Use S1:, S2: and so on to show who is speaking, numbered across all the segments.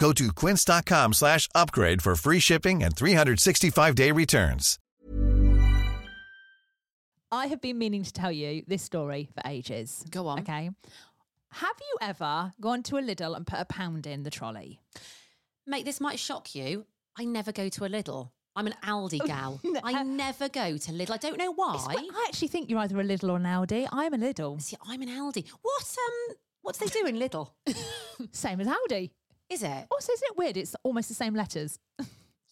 S1: Go to quince.com slash upgrade for free shipping and 365-day returns.
S2: I have been meaning to tell you this story for ages.
S3: Go on.
S2: Okay. Have you ever gone to a Lidl and put a pound in the trolley?
S3: Mate, this might shock you. I never go to a Lidl. I'm an Aldi gal. I never go to Lidl. I don't know
S2: It's
S3: why.
S2: what- I actually think you're either a Lidl or an Aldi. I'm a Lidl.
S3: See, I'm an Aldi. What um what do they do in Lidl?
S2: Same as Aldi.
S3: Is it?
S2: Also, isn't it weird? It's almost the same letters.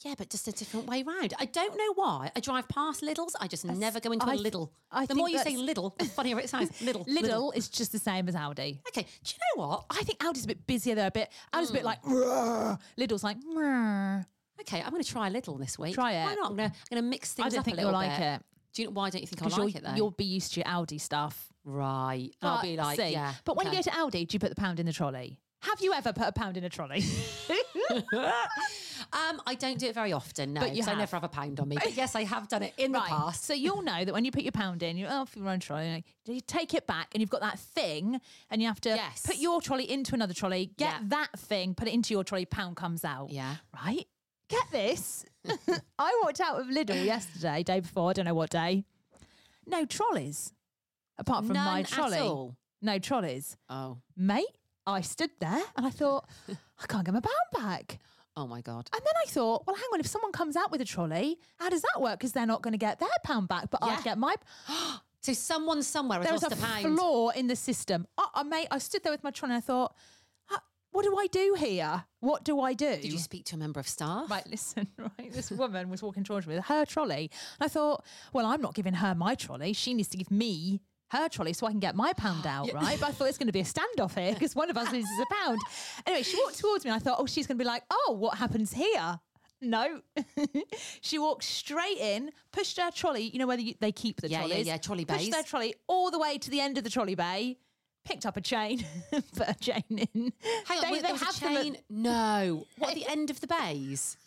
S3: Yeah, but just a different way round. I don't know why. I drive past Lidl's. I just never go into a
S2: I-
S3: Lidl.
S2: I
S3: the more
S2: think
S3: you say
S2: that's-
S3: Lidl, the funnier it sounds. Lidl.
S2: Lidl, is just the same as Aldi.
S3: Okay. Do you know what?
S2: I think Aldi's a bit busier. They're a bit. Aldi's a
S3: Mm.
S2: bit like. "Rrr." Lidl's like. "Rrr."
S3: Okay, I'm going to try Lidl this week.
S2: Try
S3: Why
S2: it.
S3: not? I'm going to I'm gonna mix things
S2: I don't
S3: up
S2: think
S3: a
S2: you'll
S3: little
S2: like
S3: bit.
S2: it
S3: Do you know, why don't you think I
S2: because
S3: like
S2: you'll,
S3: it then?
S2: you'll be used to your Aldi stuff.
S3: right. And I'll
S2: But-
S3: be like,
S2: see,
S3: yeah.
S2: But when you
S3: okay.
S2: go to Aldi, do you put the pound in the trolley? Have you ever put a pound in a trolley?
S3: Um, I don't do it very often. No,
S2: But you
S3: 'cause I
S2: have.
S3: never have a pound on me. But yes, I have done it in the past.
S2: So you'll know that when you put your pound in, you're off your own trolley. and You take it back, and you've got that thing, and you have to
S3: Yes.
S2: put your trolley into another trolley, get
S3: Yeah.
S2: that thing, put it into your trolley, pound comes out.
S3: Yeah.
S2: Right? Get this. I walked out of Lidl yesterday, day before, I don't know what day. No trolleys, apart from
S3: None
S2: my
S3: at
S2: trolley.
S3: all.
S2: No trolleys.
S3: Oh,
S2: Mate, I stood there and I thought, I can't get my pound back.
S3: oh my God.
S2: And then I thought, well, hang on, if someone comes out with a trolley, how does that work? Because they're not going to get their pound back, but
S3: Yeah.
S2: I'd get my.
S3: So someone somewhere has
S2: There's
S3: lost
S2: a
S3: a, pound.
S2: flaw in the system. Oh, oh, mate, I stood there with my trolley and I thought, "Huh, what do I do here? What do I do?
S3: Did you speak to a member of staff?
S2: Right, listen, right. This woman was walking towards me with her trolley. And I thought, well, I'm not giving her my trolley. She needs to give me her trolley so I can get my pound out, right? But I thought it's going to be a standoff here because one of us loses a pound. Anyway, she walked towards me and I thought, oh, she's going to be like, oh, what happens here? No. she walked straight in, pushed her trolley. You know where you, they keep the
S3: Yeah, yeah,
S2: trolleys?
S3: yeah, trolley
S2: Pushed their
S3: bays.
S2: trolley all the way to the end of the trolley bay. Picked up a chain, put a chain in.
S3: Hang on,
S2: They-
S3: wait,
S2: they
S3: there was a
S2: have them at-
S3: chain. No. What, at the end of the bays?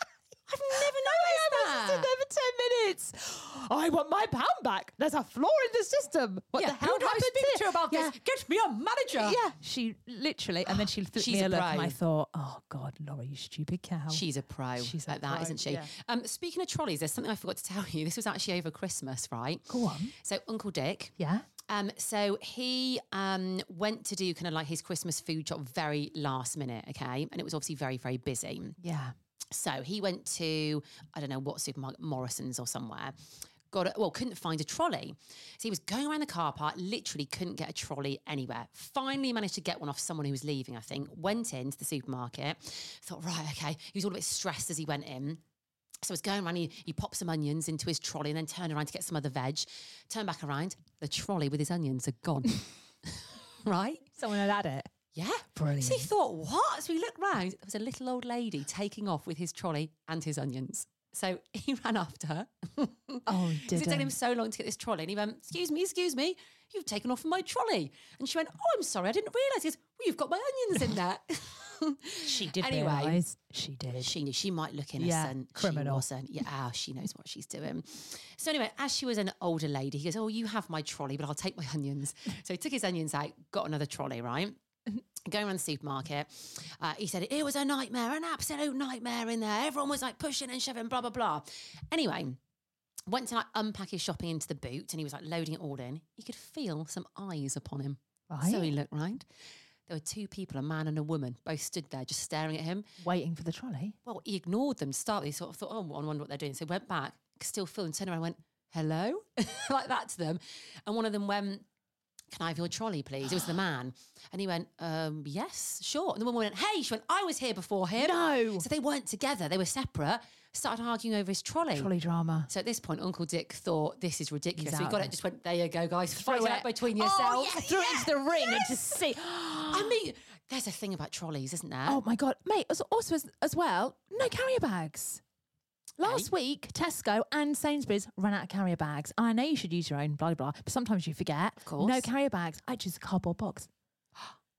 S2: I've never noticed
S3: that.
S2: I was stood there for 10 minutes. I want my pound back. There's a flaw in the system. What the hell
S3: Who do I
S2: happened
S3: speak
S2: here?
S3: to about
S2: Yeah.
S3: this? Get me a manager.
S2: Yeah, she literally, and then she flipped
S3: She's
S2: me a,
S3: a
S2: look, and
S3: pro.
S2: I thought, "Oh God, Laura, you stupid cow."
S3: She's a pro
S2: Oh, She's a
S3: at that,
S2: pro,
S3: not she?
S2: yeah.
S3: Um, speaking of trolleys, there's something I forgot to tell you. This was actually over Christmas, right?
S2: Go on.
S3: So Uncle Dick,
S2: yeah.
S3: Um, so he um, went to do kind of like his Christmas food shop very last minute, okay? And it was obviously very, very busy.
S2: Yeah.
S3: So he went to, I don't know what supermarket, Morrison's or somewhere. Got a, well, couldn't find a trolley. So he was going around the car park, literally couldn't get a trolley anywhere. Finally managed to get one off someone who was leaving, I think. Went into the supermarket, thought, right, okay. He was all a bit stressed as he went in. So he's going around, he, he popped some onions into his trolley and then turned around to get some other veg. Turned back around, the trolley with his onions are gone. right?
S2: Someone had had it.
S3: Yeah.
S2: Brilliant.
S3: So he thought, what? So we looked round. There was a little old lady taking off with his trolley and his onions. So he ran after her.
S2: Oh,
S3: Because It
S2: didn't.
S3: taken him so long to get this trolley. And he went, excuse me, excuse me, you've taken off my trolley. And she went, oh, I'm sorry, I didn't realise. He goes, well, you've got my onions in there.
S2: She did
S3: Anyway.
S2: realise. She did.
S3: She knew she might look
S2: Yeah,
S3: innocent. She
S2: criminal.
S3: wasn't. Yeah, oh, she knows what she's doing. So anyway, as she was an older lady, he goes, "Oh, you have my trolley, but I'll take my onions." So he took his onions out, got another trolley, right? Going around the supermarket, uh, he said it was a nightmare, an absolute nightmare in there. Everyone was like pushing and shoving, blah blah blah. Anyway, went to like unpack his shopping into the boot, and he was like loading it all in. He could feel some eyes upon him. So he
S2: Right.
S3: looked round. There were two people, a man and a woman, both stood there just staring at him.
S2: Waiting for the trolley.
S3: Well, he ignored them to start. with. He sort of thought, oh, I wonder what they're doing. So he went back, could still feel them, turned around and went, hello, like that to them. And one of them went, can I have your trolley, please? It was the man. And he went, um, yes, sure. And the woman went, hey, she went, I was here before him.
S2: No.
S3: So they weren't together, they were separate, started arguing over his trolley.
S2: Trolley drama.
S3: So at this point, Uncle Dick thought, this is ridiculous.
S2: He's
S3: So he
S2: out
S3: got
S2: there.
S3: it, just went, there you go, guys,
S2: Throw
S3: fight it out
S2: it.
S3: between
S2: Oh,
S3: yourselves.
S2: yeah, Throw it into the ring and just see.
S3: I mean, there's a thing about trolleys, isn't there?
S2: Oh my god, mate! as- Also, as, as well, no carrier bags. Last week, Tesco and Sainsbury's ran out of carrier bags. And I know you should use your own, blah blah, blah but sometimes you forget. Of No
S3: course.
S2: carrier bags. I choose a cardboard box,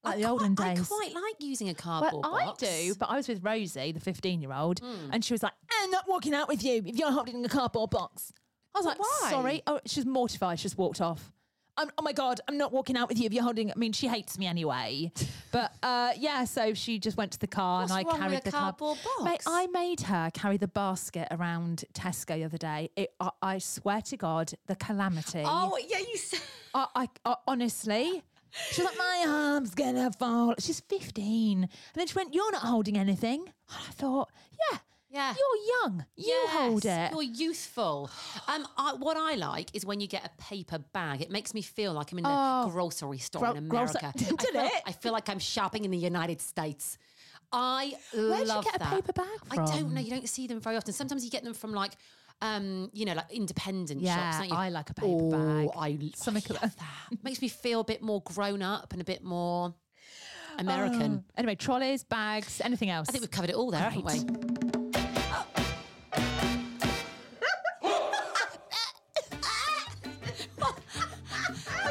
S2: like
S3: I
S2: the
S3: quite-
S2: olden
S3: I
S2: days.
S3: quite like using a
S2: well,
S3: cardboard
S2: I
S3: box. Hmm.
S2: do, but I was with Rosie, the fifteen-year-old, and she was like, "I'm not walking out with you if you're holding a cardboard box." I was like,
S3: why?
S2: "Sorry." Oh, she's mortified. She just walked off. i oh my god, I'm not walking out with you if you're holding. I mean, she hates me anyway. But uh, yeah, so she just went to the car
S3: What's
S2: and I
S3: wrong with
S2: carried
S3: a
S2: the car-
S3: cardboard
S2: Mate,
S3: box?
S2: I made her carry the basket around Tesco the other day. It, I, I swear to God, the calamity.
S3: Oh yeah, you said.
S2: I, I, I honestly. She's like, my arm's gonna fall. She's 15. And then she went, You're not holding anything. And I thought, Yeah,
S3: Yeah.
S2: you're young. You hold it.
S3: You're youthful. Um, I, what I like is when you get a paper bag. It makes me feel like I'm in a
S2: Oh.
S3: grocery store
S2: Gro-
S3: in
S2: grocer-
S3: America.
S2: Didn't
S3: I feel,
S2: it?
S3: I feel like I'm shopping in the United States. I
S2: Where'd you
S3: love
S2: get a
S3: that.
S2: paper bag
S3: I don't know.
S2: from?
S3: You don't see them very often. Sometimes you get them from like, um, you know, like independent
S2: Yeah,
S3: shops. Don't you?
S2: I like a paper
S3: oh,
S2: bag.
S3: I l-
S2: Something like
S3: love that. Makes me feel a bit more grown up and a bit more American.
S2: Oh. Anyway, trolleys, bags, anything else.
S3: I think we've covered it all there,
S2: Right.
S3: haven't we? I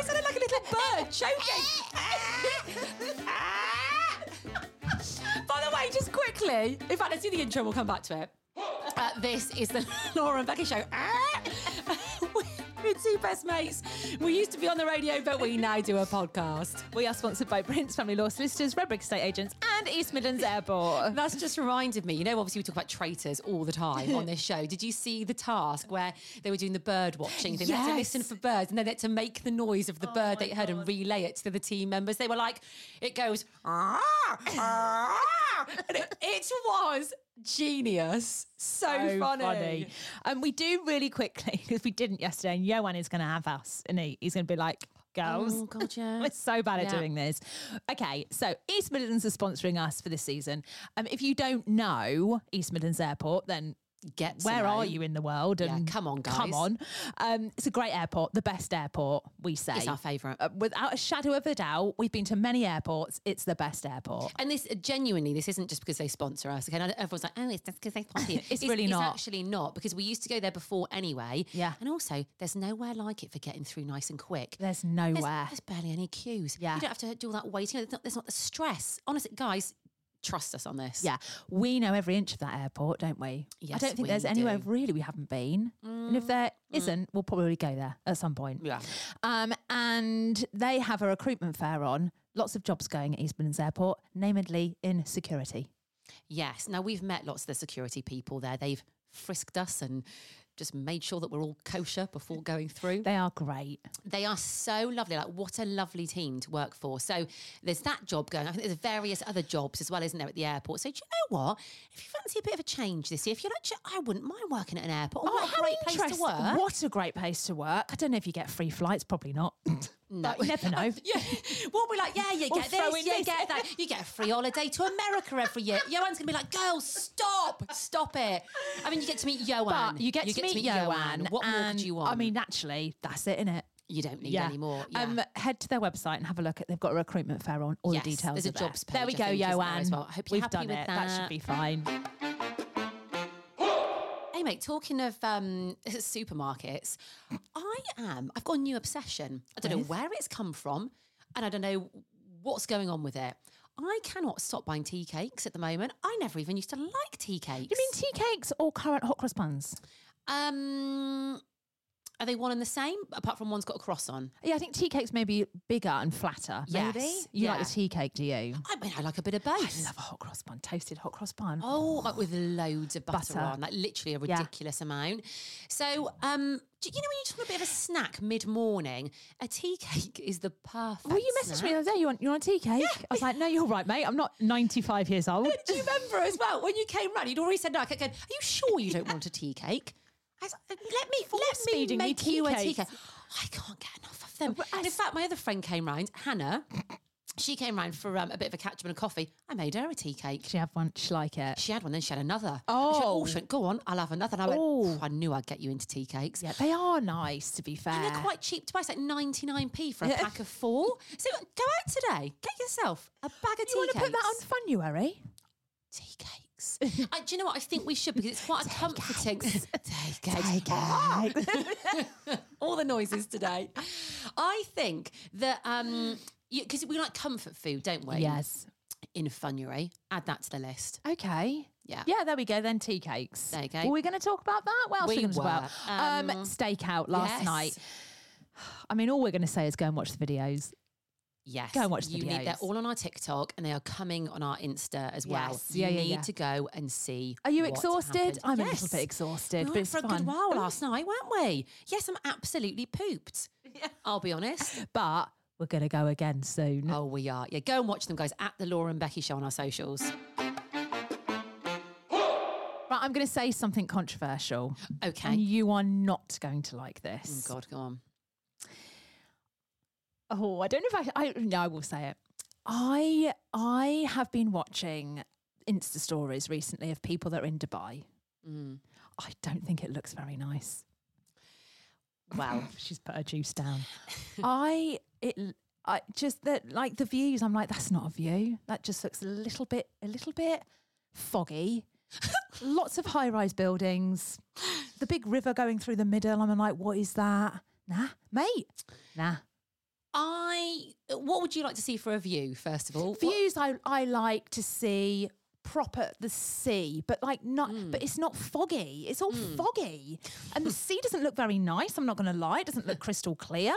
S3: sounded like a little bird choking. By the way, just quickly, in fact, let's do the intro, we'll come back to it. Uh, this is the Laura and Becky Show. We're two best mates. We used to be on the radio, but we now do a podcast.
S2: we are sponsored by Prince Family Law Solicitors, Redbrick Estate Agents, and East Midlands Airport.
S3: That's just reminded me. You know, obviously we talk about traitors all the time on this show. Did you see the task where they were doing the bird watching thing? They had to listen
S2: Yes.
S3: for birds and then they had to make the noise of the bird they heard and relay it to the team members. They were like, it goes, "Ah, ah," and it, it was genius. So, funny.
S2: And we do really quickly, because we didn't yesterday, and Johan is going to have us, and he? he's going to be like, girls.
S3: Oh, God, yeah.
S2: We're so bad at
S3: Yeah.
S2: doing this. Okay, so East Midlands are sponsoring us for this season. Um, if you don't know East Midlands Airport, then
S3: Get to
S2: where
S3: know.
S2: are you in the world?
S3: Yeah,
S2: And
S3: come on,
S2: come
S3: guys.
S2: on. Um, it's a great airport, the best airport we say.
S3: It's our favourite.
S2: Uh, without a shadow of a doubt, we've been to many airports. It's the best airport.
S3: And this genuinely, this isn't just because they sponsor us. Okay, And everyone's like, oh, it's just because they sponsor you.
S2: It's really not.
S3: It's actually not because we used to go there before anyway.
S2: Yeah.
S3: And also, there's nowhere like it for getting through nice and quick.
S2: There's
S3: There's,
S2: nowhere.
S3: there's barely any queues.
S2: Yeah.
S3: You don't have to do all that waiting. There's not, there's not the stress. Honestly, guys, trust us on this.
S2: Yeah, we know every inch of that airport, don't we? Mm. I
S3: Yes,
S2: don't think
S3: we
S2: there's anywhere
S3: do.
S2: really we haven't been, and if there not we'll probably go there at some point.
S3: Yeah.
S2: Um, and they have a recruitment fair on. Lots of jobs going at East Midlands Airport, namely in security.
S3: Yes. Now, we've met lots of the security people there. They've frisked us and just made sure that we're all kosher before going through.
S2: They are great.
S3: They are so lovely. Like, what a lovely team to work for. So, there's that job going. I think there's various other jobs as well, isn't there, at the airport? So, do you know what? If you fancy a bit of a change this year, if you're like, "Do you- I wouldn't mind working at an airport. Oh, what a
S2: how
S3: great place to
S2: interest-
S3: work.
S2: What a great place to work. I don't know if you get free flights, probably not. No, you never know.
S3: Yeah. Well, we're like, yeah, you
S2: We'll
S3: get
S2: throw
S3: this,
S2: in
S3: you
S2: this.
S3: get that. You get a free holiday to America every year. Joanne's going to be like, girls, stop, stop it. I mean, you get to meet Joanne.
S2: But you get, to, meet Joanne.
S3: What more
S2: and,
S3: could you want?
S2: I mean, actually, that's it, innit?
S3: you don't need any more. Yeah.
S2: Um, head to their website and have a look at. They've got a recruitment fair on. All
S3: Yes,
S2: the details.
S3: there's a
S2: are there.
S3: jobs
S2: There we
S3: page, I
S2: go,
S3: think, isn't there,
S2: Joanne.
S3: as well? I hope you're
S2: We've
S3: happy
S2: done
S3: with
S2: it. should
S3: that.
S2: be fine.
S3: Hey, mate, talking of um, supermarkets, I am, I've got a new obsession. I don't know where it's come from and I don't know what's going on with it. I cannot stop buying tea cakes at the moment. I never even used to like tea cakes.
S2: You mean tea cakes or currant hot cross buns?
S3: Um, are they one and the same? Apart from one's got a cross on.
S2: Yeah, I think tea cakes may be bigger and flatter.
S3: Yes,
S2: Maybe. You like
S3: yeah.
S2: the tea cake, do you?
S3: I mean, I like a bit of
S2: I
S3: both.
S2: love a hot cross bun, toasted hot cross bun.
S3: Oh, like with loads of butter,
S2: Butter.
S3: on, like literally a
S2: Yeah.
S3: ridiculous amount. So, um, do you know when you just want a bit of a snack mid morning, a tea cake is the perfect.
S2: Well, you messaged me the
S3: snack.
S2: other day. You want you want a tea cake? I was like, no, you're right, mate. I'm not 95 years old.
S3: Do you remember as well when you came round? You'd already said, "No, I kept going, are you sure you don't want a tea cake?" I was, like, let me
S2: Force
S3: let me
S2: feeding me
S3: make
S2: tea
S3: you a tea cake.
S2: cakes.
S3: I can't get enough of them. And in fact, my other friend came round, Hannah. She came round for um, a bit of a catch up and a coffee. I made her a tea cake.
S2: She have one. She like it.
S3: She had one, then she had another. And She went,
S2: Oh.
S3: she went, go on, I'll have another. And I went,
S2: Oh.
S3: "Phew, I knew I'd get you into tea cakes.
S2: Yeah, they are nice. To be fair,
S3: And they're quite cheap to buy. It's like 99p for a
S2: Yeah.
S3: pack of four. So go out today, get yourself a bag of
S2: You want
S3: tea
S2: to put that on
S3: cakes.
S2: Funuary?
S3: Tea cakes. I, do you know what? I think we should because it's quite a comforting. Tea cakes. All the noises today. I think that. um because we like comfort food, don't we?
S2: Yes.
S3: In Funuary, add that to the list.
S2: Okay.
S3: Yeah.
S2: Yeah, there we go. Then tea cakes.
S3: There you go.
S2: Were we going to talk about that? What else
S3: We
S2: are we going to talk
S3: were.
S2: about? Um,
S3: Um,
S2: stakeout last
S3: yes.
S2: night. I mean, all we're going to say is go and watch the videos.
S3: Yes.
S2: Go and watch the
S3: You need, they're
S2: videos.
S3: all on our TikTok and they are coming on our Insta as well.
S2: Yes.
S3: You
S2: Yeah, yeah,
S3: need
S2: yeah.
S3: to go and see.
S2: Are you
S3: what
S2: exhausted?
S3: happened.
S2: I'm a little
S3: Yes.
S2: bit exhausted,
S3: We
S2: but
S3: went
S2: it's Mm.
S3: for a
S2: fun.
S3: good while
S2: Ooh.
S3: last night, weren't we? Yes, I'm absolutely pooped. I'll be honest.
S2: But we're going to go again soon.
S3: Oh, we are. Yeah, go and watch them, guys, at the Laura and Becky show on our socials.
S2: Right, I'm going to say something controversial.
S3: Okay.
S2: And you are not going to like
S3: Oh,
S2: this.
S3: God, go on.
S2: Oh, I don't know if I, I no, I will say it. I I have been watching Insta stories recently of people that are in Dubai. I don't think it looks very nice.
S3: Well,
S2: She's put her juice down. I it I just that like the views. I'm like that's not a view. That just looks a little bit a little bit foggy. Lots of high rise buildings. The big river going through the middle. I'm like, what is that? Nah, mate. Nah.
S3: I. What would you like to see for a view, first of all? What-
S2: views I, I like to see proper the sea but like not
S3: Hmm.
S2: but it's not foggy it's all foggy and the sea doesn't look very nice i'm not going to lie it doesn't look crystal clear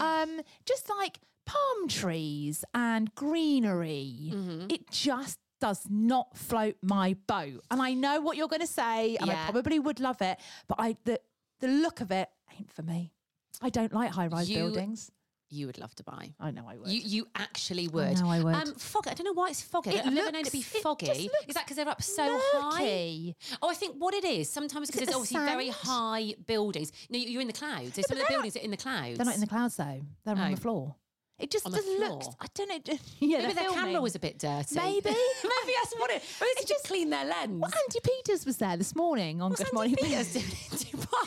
S2: um just like palm trees and greenery
S3: Mm-hmm.
S2: it just does not float my boat and i know what you're going to say and i
S3: Yeah.
S2: probably would love it but i the the look of it ain't for me i don't like high-rise
S3: You-
S2: buildings
S3: You would love to buy.
S2: i know i would
S3: You, you actually would.
S2: know I would.
S3: Um, foggy. I don't know why it's foggy.
S2: It
S3: I've never known it
S2: looks-
S3: be
S2: it just
S3: foggy.
S2: looks
S3: is that because they're up so
S2: murky.
S3: high? Oh, I think what it is sometimes because
S2: it
S3: it's
S2: the
S3: obviously very
S2: sand?
S3: high buildings. No, you- you're in the clouds. So some of the
S2: they're not-
S3: buildings are in the clouds.
S2: They're not in the clouds though. They're on
S3: No.
S2: the floor. It just
S3: On the
S2: doesn't look.
S3: floor?
S2: I don't know. yeah,
S3: Maybe
S2: they're
S3: their camera
S2: filming.
S3: was a bit dirty.
S2: Maybe.
S3: Maybe that's what it. Maybe they just clean their lens.
S2: Well, Andy Peters was there this morning on
S3: What's
S2: Good
S3: Andy
S2: Morning
S3: Peters doing in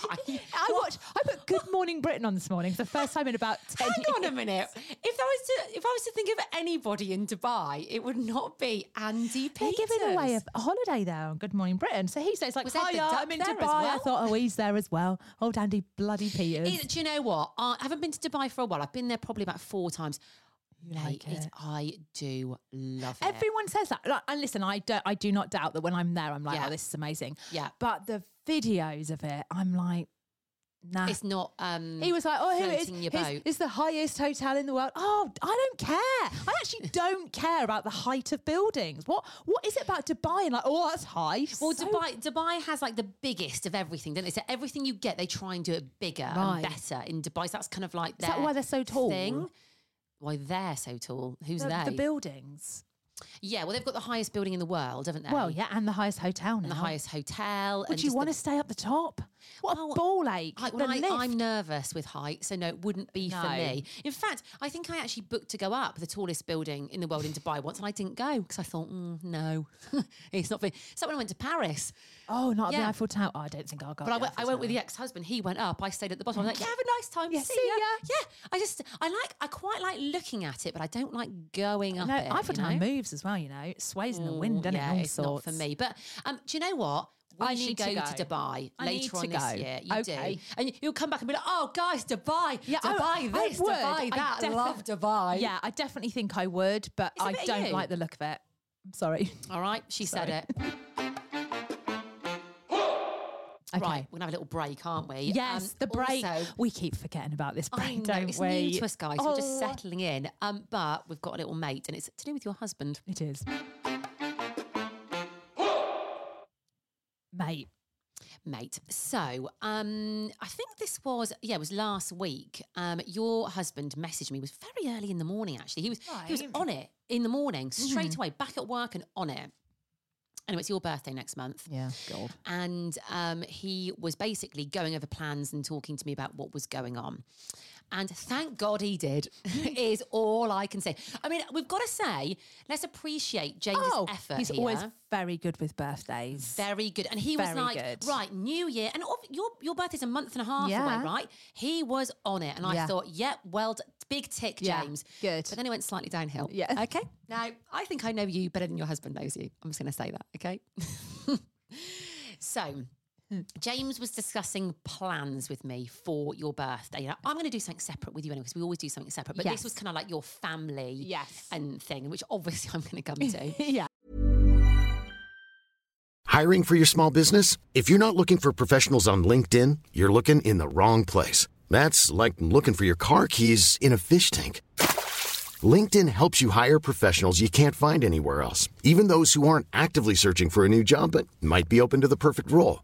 S3: Dubai?
S2: I watched. I put Good Morning Britain on this morning for the first time in about ten.
S3: Hang on a
S2: years.
S3: minute. If I was to, if I was to think of anybody in Dubai, it would not be Andy
S2: They're
S3: Peters.
S2: giving away a, a holiday there on Good Morning Britain. So he says like,
S3: Was Ed the
S2: "Hiya,
S3: Duck
S2: I'm in
S3: there
S2: Dubai."
S3: as
S2: I
S3: well?
S2: thought, "Oh, he's there as well." Old Andy bloody Peters.
S3: It- do you know what? I haven't been to Dubai for a while. I've been there probably about four times.
S2: You
S3: Mate,
S2: like
S3: it-
S2: it.
S3: I do love it.
S2: Everyone says that. Like, and listen, I don't. I do not doubt that when I'm there, I'm like,
S3: Yeah.
S2: "Oh, this is amazing."
S3: Yeah.
S2: But the videos of it, I'm like, "Nah."
S3: it's not. Um,
S2: He was like, "Oh, here it is.
S3: floating your
S2: Here's-
S3: boat.
S2: It's the highest hotel in the world." Oh, I don't care. I actually don't care about the height of buildings. What What is it about Dubai and like, oh, that's high?
S3: well,
S2: So-
S3: Dubai, Dubai has like the biggest of everything, don't they? So everything you get, they try and do it bigger
S2: Right.
S3: and better in Dubai. So that's kind of like
S2: Is that why
S3: their
S2: they're so tall?
S3: Thing. Why they're so tall? Who's
S2: the,
S3: they?
S2: the buildings.
S3: yeah, well, they've got the highest building in the world, haven't they?
S2: Well, yeah, and the highest hotel now.
S3: and the highest hotel. and
S2: Would you
S3: just
S2: want
S3: the-
S2: to stay up the top? What
S3: Well,
S2: a ball ache.
S3: I,
S2: the
S3: well, I,
S2: lift.
S3: I'm nervous with height, so no, it wouldn't be for
S2: No.
S3: me. In fact, I think I actually booked to go up the tallest building in the world in Dubai once, and I didn't go because I thought, mm, no, it's not for me. So when I went to Paris,
S2: oh, not up the
S3: Yeah.
S2: Eiffel Tower. Oh, I don't think I'll go.
S3: but I
S2: up the
S3: went, I
S2: Eiffel
S3: went with
S2: Tower.
S3: the ex-husband. He went up. I stayed at the bottom. I was like, yeah, have a nice time.
S2: Yeah,
S3: see,
S2: see
S3: ya.
S2: ya.
S3: Yeah, I just, I like, I quite like looking at it, but I don't like going up
S2: No,
S3: it.
S2: Eiffel
S3: you know?
S2: Tower moves as well. You know, it sways in the wind,
S3: Mm,
S2: doesn't it?
S3: yeah,
S2: and all
S3: it's
S2: sorts.
S3: not for me. But um, do you know what? I
S2: I
S3: should
S2: need
S3: go
S2: to
S3: to,
S2: go.
S3: Dubai
S2: I
S3: later
S2: need
S3: on
S2: to
S3: this
S2: go.
S3: year. You
S2: Okay.
S3: do, and you'll come back and be like, "Oh, guys, Dubai, yeah,
S2: I-
S3: Dubai,
S2: I
S3: this,
S2: would. I
S3: Dubai, that,
S2: defi-
S3: love Dubai."
S2: Yeah, I definitely think I would, but
S3: It's a
S2: I
S3: bit of
S2: don't
S3: you.
S2: like the look of it. I'm sorry.
S3: All right, she said it.
S2: Okay.
S3: Right, we're gonna have a little break, aren't we?
S2: Yes,
S3: Um,
S2: the break.
S3: also-
S2: we keep forgetting about this break,
S3: I know,
S2: don't
S3: it's
S2: we?
S3: new to us guys. We're just
S2: Oh.
S3: settling in. Um, but we've got a little mate, and it's to do with your husband.
S2: It is. Mate.
S3: mate. So, um, I think this was yeah, it was last week. Um, your husband messaged me. It was very early in the morning actually. He was he was
S2: Right. Mm-hmm.
S3: on it in the morning straight away, back at work and on it. Anyway, it's your birthday next month.
S2: Yeah, God.
S3: And um, he was basically going over plans and talking to me about what was going on. And thank God he did, is all I can say. I mean, we've got to say, let's appreciate James's
S2: Oh,
S3: effort.
S2: he's always
S3: here.
S2: very good with birthdays.
S3: Very good. And he was
S2: Very
S3: like,
S2: good.
S3: right, New Year. And ob- your your birthday's a month and a half
S2: Yeah.
S3: away, right? He was on it. And I
S2: Yeah.
S3: thought, yep, well, d- big tick,
S2: Yeah,
S3: James.
S2: good.
S3: But then he went slightly downhill.
S2: Yeah.
S3: Okay. Now, I think I know you better than your husband knows you. I'm just going to say that, okay? so. James was discussing plans with me for your birthday. Now, I'm going to do something separate with you anyway because we always do something separate. But this
S2: Yes.
S3: was kind of like your family
S2: Yes.
S3: and thing, which obviously I'm going to come to.
S2: yeah.
S4: Hiring for your small business? If you're not looking for professionals on LinkedIn, you're looking in the wrong place. That's like looking for your car keys in a fish tank. LinkedIn helps you hire professionals you can't find anywhere else, even those who aren't actively searching for a new job but might be open to the perfect role.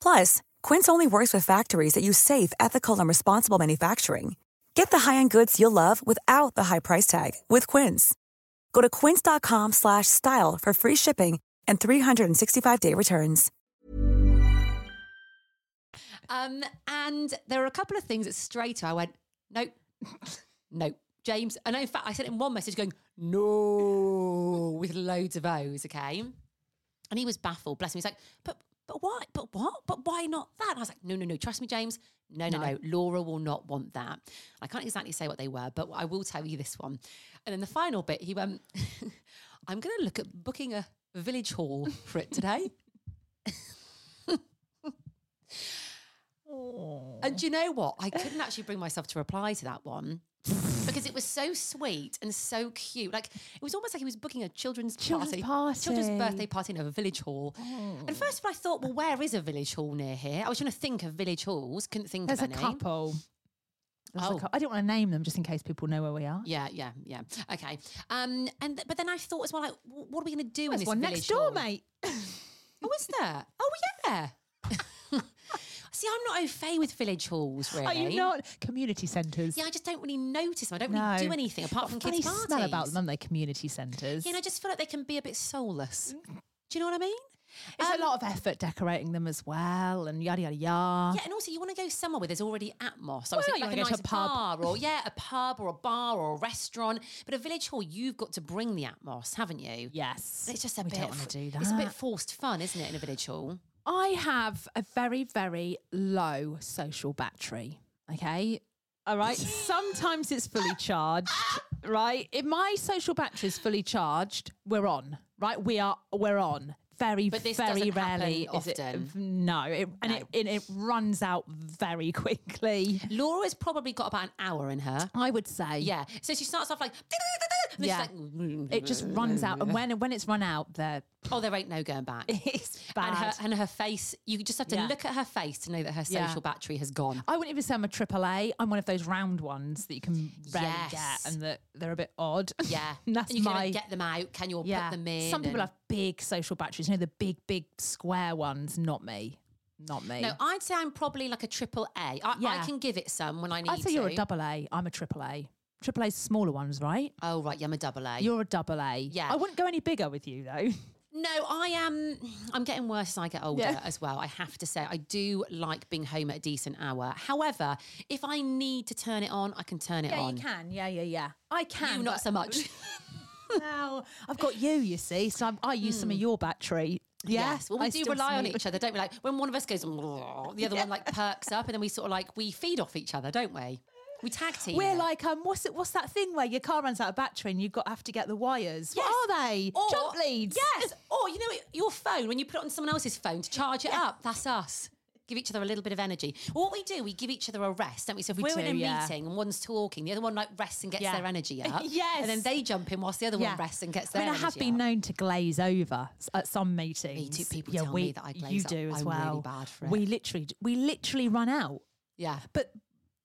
S5: Plus, Quince only works with factories that use safe, ethical, and responsible manufacturing. Get the high-end goods you'll love without the high price tag with Quince. Go to quince.com/style slash style for free shipping and 365-day returns.
S3: Um, and there were a couple of things that straight away I went, nope, nope. James, and in fact, I sent him one message going, no, with loads of O's, okay? And he was baffled, bless him. He's like, but, but why? But what? But why not that? And I was like, no, no, no, trust me, James. No, no, no, Laura will not want that. I can't exactly say what they were, but I will tell you this one. And then the final bit, he went, I'm going to look at booking a village hall for it today. And do you know what? I couldn't actually bring myself to reply to that one because it was so sweet and so cute. Like it was almost like he was booking a children's,
S2: Children's
S3: party, children's
S2: party.
S3: birthday party in a village hall.
S2: Oh.
S3: And first of all, I thought, well, where is a village hall near here? I was trying to think of village halls, couldn't think
S2: There's
S3: of
S2: a
S3: any.
S2: couple. There's a
S3: Oh.
S2: cou- I don't want to name them just in case people know where we are.
S3: Yeah, yeah, yeah. Okay. Um, and th- but then I thought as well, like, w- what are we going to do in
S2: There's
S3: this
S2: one
S3: village
S2: next door,
S3: hall?
S2: mate.
S3: Oh, is there? Oh, yeah. See, I'm not au fait with village halls, really.
S2: Are Oh, you not? Community centres.
S3: Yeah, I just don't really notice them. I don't
S2: no.
S3: really do anything apart
S2: Got
S3: from
S2: a funny
S3: kids' parties.
S2: smell about them, aren't they? Community centres.
S3: Yeah, and I just feel like they can be a bit soulless.
S2: Mm.
S3: Do you know what I mean?
S2: it's
S3: Um,
S2: a lot of effort decorating them as well, and yada yada yada.
S3: Yeah, and also you want to go somewhere where there's already atmos. So I was
S2: Well,
S3: thinking like a
S2: you wanna go to
S3: nice
S2: a pub.
S3: bar or yeah, a pub or a bar or a restaurant. But a village hall, you've got to bring the atmos, haven't you?
S2: Yes,
S3: It's just a
S2: we
S3: bit.
S2: don't want to do that.
S3: It's a bit forced fun, isn't it, in a village hall?
S2: I have a very, very low social battery. Okay. All right. Sometimes it's fully charged, right? If my social battery is fully charged, we're on, right? We are, we're on. Very,
S3: But this
S2: very
S3: doesn't happen
S2: rarely is it-
S3: often.
S2: no, it, and
S3: No.
S2: It, and it runs out very quickly.
S3: Laura's probably got about an hour in her.
S2: I would say,
S3: Yeah. So she starts off like, and then
S2: Yeah.
S3: she's like "Mm,
S2: it just runs out, and when when it's run out, there
S3: Oh, there ain't no going back.
S2: it's bad.
S3: And her, and her face, you just have to
S2: Yeah.
S3: look at her face to know that her social
S2: Yeah.
S3: battery has gone.
S2: I wouldn't even say I'm a triple A. I'm one of those round ones that you can rarely
S3: Yes.
S2: get and that they're a bit odd.
S3: Yeah.
S2: And that's
S3: and you
S2: my
S3: can even get them out. Can you all
S2: yeah.
S3: put them in?
S2: Some people
S3: and-
S2: have big social batteries, you know, the big, big square ones. Not me. Not me.
S3: No, I'd say I'm probably like a triple A. I, I
S2: Yeah.
S3: can give it some when I need
S2: I'd say
S3: to.
S2: you're a double A. I'm a triple A. Triple A's smaller ones, right?
S3: Oh, right. Yeah, I'm a double A.
S2: You're a double A.
S3: Yeah.
S2: I wouldn't go any bigger with you though.
S3: No, I am. I'm getting worse as I get older
S2: Yeah.
S3: as well. I have to say, I do like being home at a decent hour. However, if I need to turn it on, I can turn it
S2: Yeah,
S3: on.
S2: you can. Yeah, yeah, yeah. I can.
S3: You not
S2: but-
S3: so much.
S2: now I've got you. You see, so I'm, I use some of your battery. Yeah?
S3: Yes. Hmm. Well, we
S2: I
S3: do
S2: still
S3: rely on
S2: sneak-
S3: each other, don't we? Like when one of us goes, the other one like perks up, and then we sort of like we feed off each other, don't we? We tag team.
S2: We're
S3: it.
S2: like, um, what's it? What's that thing where your car runs out of battery and you've got have to get the wires? What
S3: Yes.
S2: are they?
S3: Or-
S2: Jump leads.
S3: Yes. Or you know what, your phone when you put it on someone else's phone to charge it up. That's us. Give each other a little bit of energy. Well, what we do, we give each other a rest, don't we? So if
S2: We
S3: we are in a
S2: do, yeah.
S3: meeting and one's talking, the other one like rests and gets
S2: Yeah.
S3: their energy up.
S2: Yes.
S3: And then they jump in whilst the other one rests and gets
S2: I
S3: their
S2: mean, I
S3: energy
S2: have been
S3: up.
S2: known to glaze over s- at some meetings.
S3: too. People tell me that I
S2: You
S3: glaze up.
S2: do as
S3: I'm really
S2: well.
S3: bad for
S2: We
S3: it.
S2: literally, we literally run out.
S3: Yeah.
S2: But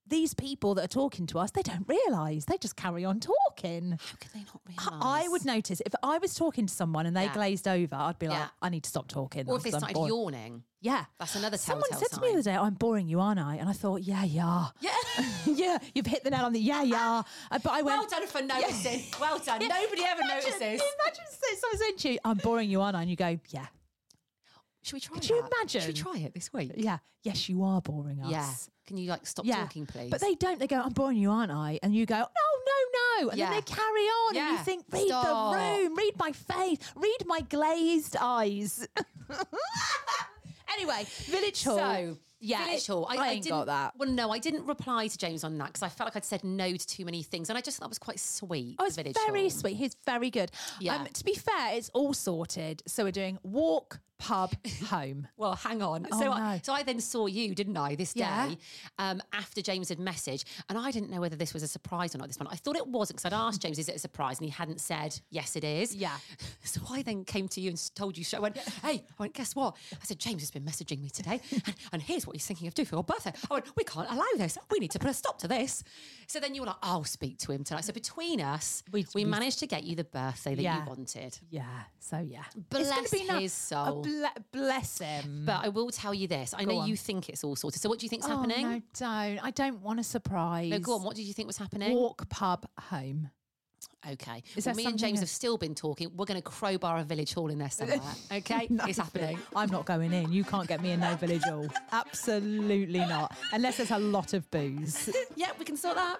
S2: these people that are talking to us, they don't realise. They just carry on talking.
S3: How could they not realise?
S2: I I would notice if I was talking to someone and they
S3: Yeah.
S2: glazed over, I'd be like,
S3: Yeah.
S2: I need to stop talking.
S3: Or if they
S2: I'm
S3: started
S2: bored."
S3: yawning.
S2: Yeah.
S3: That's another
S2: Someone
S3: telltale
S2: said to me the
S3: sign.
S2: other day, I'm boring you, aren't I? And I thought, yeah, yeah.
S3: Yeah. Ah.
S2: yeah, you've hit the nail on the yeah, yeah. Uh, But I went,
S3: well done for noticing. Well done.
S2: Yeah.
S3: Nobody ever
S2: Imagine-
S3: notices.
S2: Imagine so- someone saying to you, I'm boring you, aren't I? And you go, yeah,
S3: Should we try
S2: Could you
S3: that? Should we
S2: imagine?
S3: try it this week?
S2: yeah, yes, you are boring us.
S3: Yeah. Can you like stop
S2: Yeah.
S3: talking, please?
S2: But they don't. They go, I'm boring you, aren't I? And you go, no, no, no. And
S3: Yeah.
S2: then they carry on. And
S3: Yeah.
S2: you think, read
S3: Stop.
S2: the room, read my face, read my glazed eyes. anyway, Village Hall.
S3: So yeah,
S2: it-
S3: Village Hall. I, I
S2: ain't
S3: didn't,
S2: got that.
S3: Well, no, I didn't reply to James on that because I felt like I'd said no to too many things, and I just thought that was quite sweet.
S2: Oh,
S3: the
S2: it's
S3: Village
S2: very
S3: Hall.
S2: sweet. He's very good. Um,
S3: Yeah.
S2: to be fair, it's all sorted. So we're doing walk, pub, home.
S3: Well, hang on.
S2: Oh,
S3: so, I,
S2: no.
S3: so I then saw you, didn't I, this
S2: Yeah.
S3: day um, after James had messaged, and I didn't know whether this was a surprise or not. This one, I thought it wasn't because I'd asked James, "Is it a surprise?" and he hadn't said, "Yes, it is."
S2: Yeah.
S3: So I then came to you and s- told you. straight- I went, "Hey," I went, "Guess what?" I said, "James has been messaging me today, and, and here's what he's thinking of doing for your birthday." I went, "We can't allow this. We need to put a stop to this." So then you were like, "I'll speak to him tonight." So between us, we,
S2: We- we-
S3: managed to get you the birthday that
S2: Yeah.
S3: you wanted.
S2: Yeah. So yeah.
S3: Bless
S2: it's gonna be nice.
S3: his soul.
S2: Oh, ble- bless him.
S3: But I will tell you this. I
S2: Mm. Go
S3: know
S2: on.
S3: you think it's all sorted. So what do you think's
S2: Oh,
S3: happening?
S2: no, don't. I don't want a surprise.
S3: No, go on. What did you think was happening?
S2: Walk, pub, home.
S3: Okay.
S2: Is
S3: Well,
S2: there
S3: me and
S2: something
S3: James
S2: in-
S3: have still been talking. We're going to crowbar a village hall in there somewhere. Okay. it's happening.
S2: I'm not going in. You can't get me in no village hall. Absolutely not. Unless there's a lot of booze.
S3: yeah, we can sort that.